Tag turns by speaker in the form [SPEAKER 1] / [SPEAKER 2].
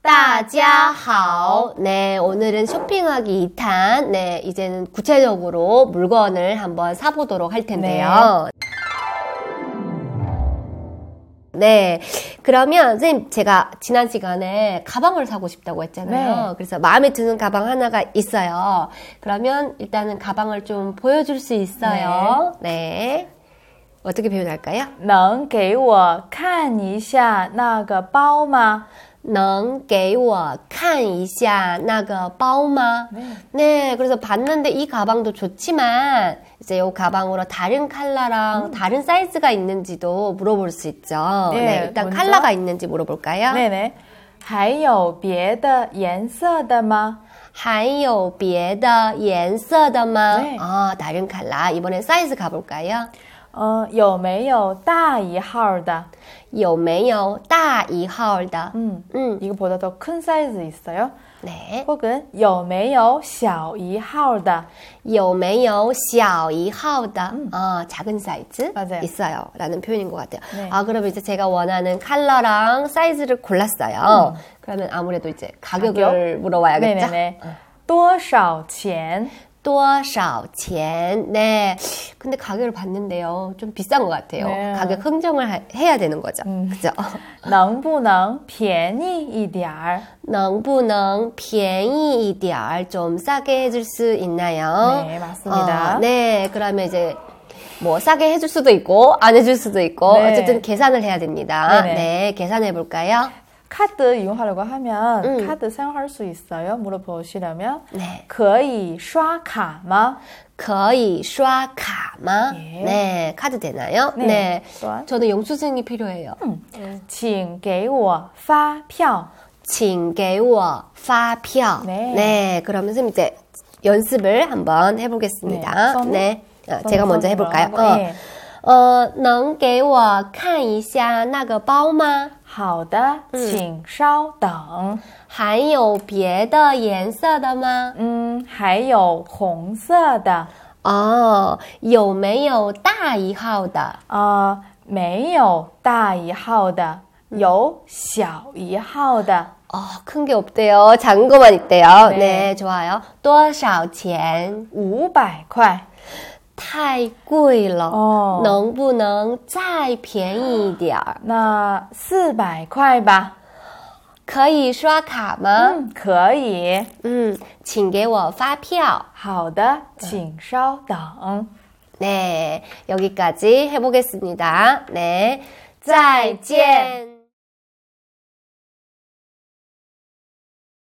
[SPEAKER 1] 大家好.
[SPEAKER 2] 네, 오늘은 쇼핑하기 2탄. 네, 이제는 구체적으로 물건을 한번 사보도록 할 텐데요. 네. 그러면 선생님 제가 지난 시간에 가방을 사고 싶다고 했잖아요.
[SPEAKER 1] 네.
[SPEAKER 2] 그래서 마음에 드는 가방 하나가 있어요. 그러면 일단은 가방을 좀 보여줄 수 있어요. 네. 어떻게 표현할까요?
[SPEAKER 1] 能给我看一下那个包吗？
[SPEAKER 2] 能给我看一下那个包吗？
[SPEAKER 1] 네.
[SPEAKER 2] 네, 그래서 봤는데 이 가방도 좋지만 이제 이 가방으로 다른 컬러랑 다른 사이즈가 있는지도 물어볼 수 있죠.
[SPEAKER 1] 음。 네,
[SPEAKER 2] 일단
[SPEAKER 1] 먼저. 네。
[SPEAKER 2] 컬러가 있는지 물어볼까요?
[SPEAKER 1] 妹妹，还有别的颜色的吗？
[SPEAKER 2] 还有别的颜色的吗？
[SPEAKER 1] 네.
[SPEAKER 2] 아, 다른 컬러. 이번엔 사이즈 가볼까요?
[SPEAKER 1] 嗯、有没有大一号的？嗯
[SPEAKER 2] 有没有大一号的?
[SPEAKER 1] 음.
[SPEAKER 2] 음,
[SPEAKER 1] 이거보다더큰사이즈있어요
[SPEAKER 2] 네.
[SPEAKER 1] 혹은有没有小一号的？
[SPEAKER 2] 有没有小一号的? 아, 작은 사이즈
[SPEAKER 1] 맞아요.
[SPEAKER 2] 있어요. 라는 표현인 것 같아요.
[SPEAKER 1] 네.
[SPEAKER 2] 아, 그럼 이제 제가 원하는 컬러랑 사이즈를 골랐어요. 그러면 아무래도 이제 가격을
[SPEAKER 1] 음。 가격? 네,
[SPEAKER 2] 물어봐야겠죠?
[SPEAKER 1] 네, 네. 多少钱？
[SPEAKER 2] 多少钱? 네. 근데 가격을 봤는데요. 좀 비싼 것 같아요.
[SPEAKER 1] 네. 음.
[SPEAKER 2] 가격 흥정을 하- 해야 되는 거죠. 그죠?
[SPEAKER 1] 能不能便宜一点儿？
[SPEAKER 2] 能不能便宜一点儿? 좀 싸게 해줄 수 있나요?
[SPEAKER 1] 네, 맞습니다.
[SPEAKER 2] 어, 네. 그러면 이제 뭐 싸게 해줄 수도 있고 안 해줄 수도 있고
[SPEAKER 1] 네.
[SPEAKER 2] 어쨌든 계산을 해야 됩니다.
[SPEAKER 1] 네네.
[SPEAKER 2] 네, 계산해 볼까요?
[SPEAKER 1] 카드 이용하려고 하면
[SPEAKER 2] 음.
[SPEAKER 1] 카드 사용할 수 있어요? 물어보시려면
[SPEAKER 2] 네.
[SPEAKER 1] 可以刷卡吗?
[SPEAKER 2] 可以刷卡吗?
[SPEAKER 1] 예.
[SPEAKER 2] 네, 카드 되나요?
[SPEAKER 1] 네, 음.
[SPEAKER 2] 네.
[SPEAKER 1] 또한.
[SPEAKER 2] 저는 영수증이 필요해요.
[SPEAKER 1] 请给我发票.
[SPEAKER 2] 请给我发票.
[SPEAKER 1] 네.
[SPEAKER 2] 그러면 선생님 이제 연습을 한번
[SPEAKER 1] 네,
[SPEAKER 2] 해보겠습니다.
[SPEAKER 1] 선-
[SPEAKER 2] 어,
[SPEAKER 1] 선-
[SPEAKER 2] 제가 먼저
[SPEAKER 1] 선으로
[SPEAKER 2] 해볼까요?
[SPEAKER 1] 하고,
[SPEAKER 2] 어,
[SPEAKER 1] 네.
[SPEAKER 2] 어, 能给我看一下那个包吗?
[SPEAKER 1] 好的,请稍等.
[SPEAKER 2] 还有别的颜色的吗?
[SPEAKER 1] 음, 嗯还有红色的.
[SPEAKER 2] 어, 有没有大一号的?
[SPEAKER 1] 어, 呃没有大一号的,有小一号的.
[SPEAKER 2] 어, 큰 게 없대요. 작은 거만 있대요.
[SPEAKER 1] 네.
[SPEAKER 2] 네, 좋아요. 多少钱?
[SPEAKER 1] 500块.哦
[SPEAKER 2] 太贵了.
[SPEAKER 1] 어.
[SPEAKER 2] 能不能再便宜一点儿？
[SPEAKER 1] 나 400块吧.
[SPEAKER 2] 可以刷卡吗？
[SPEAKER 1] 음, 可以.
[SPEAKER 2] 嗯，请给我发票。
[SPEAKER 1] 好的,请稍等.
[SPEAKER 2] 네, 여기까지 해보겠습니다. 네, 再见。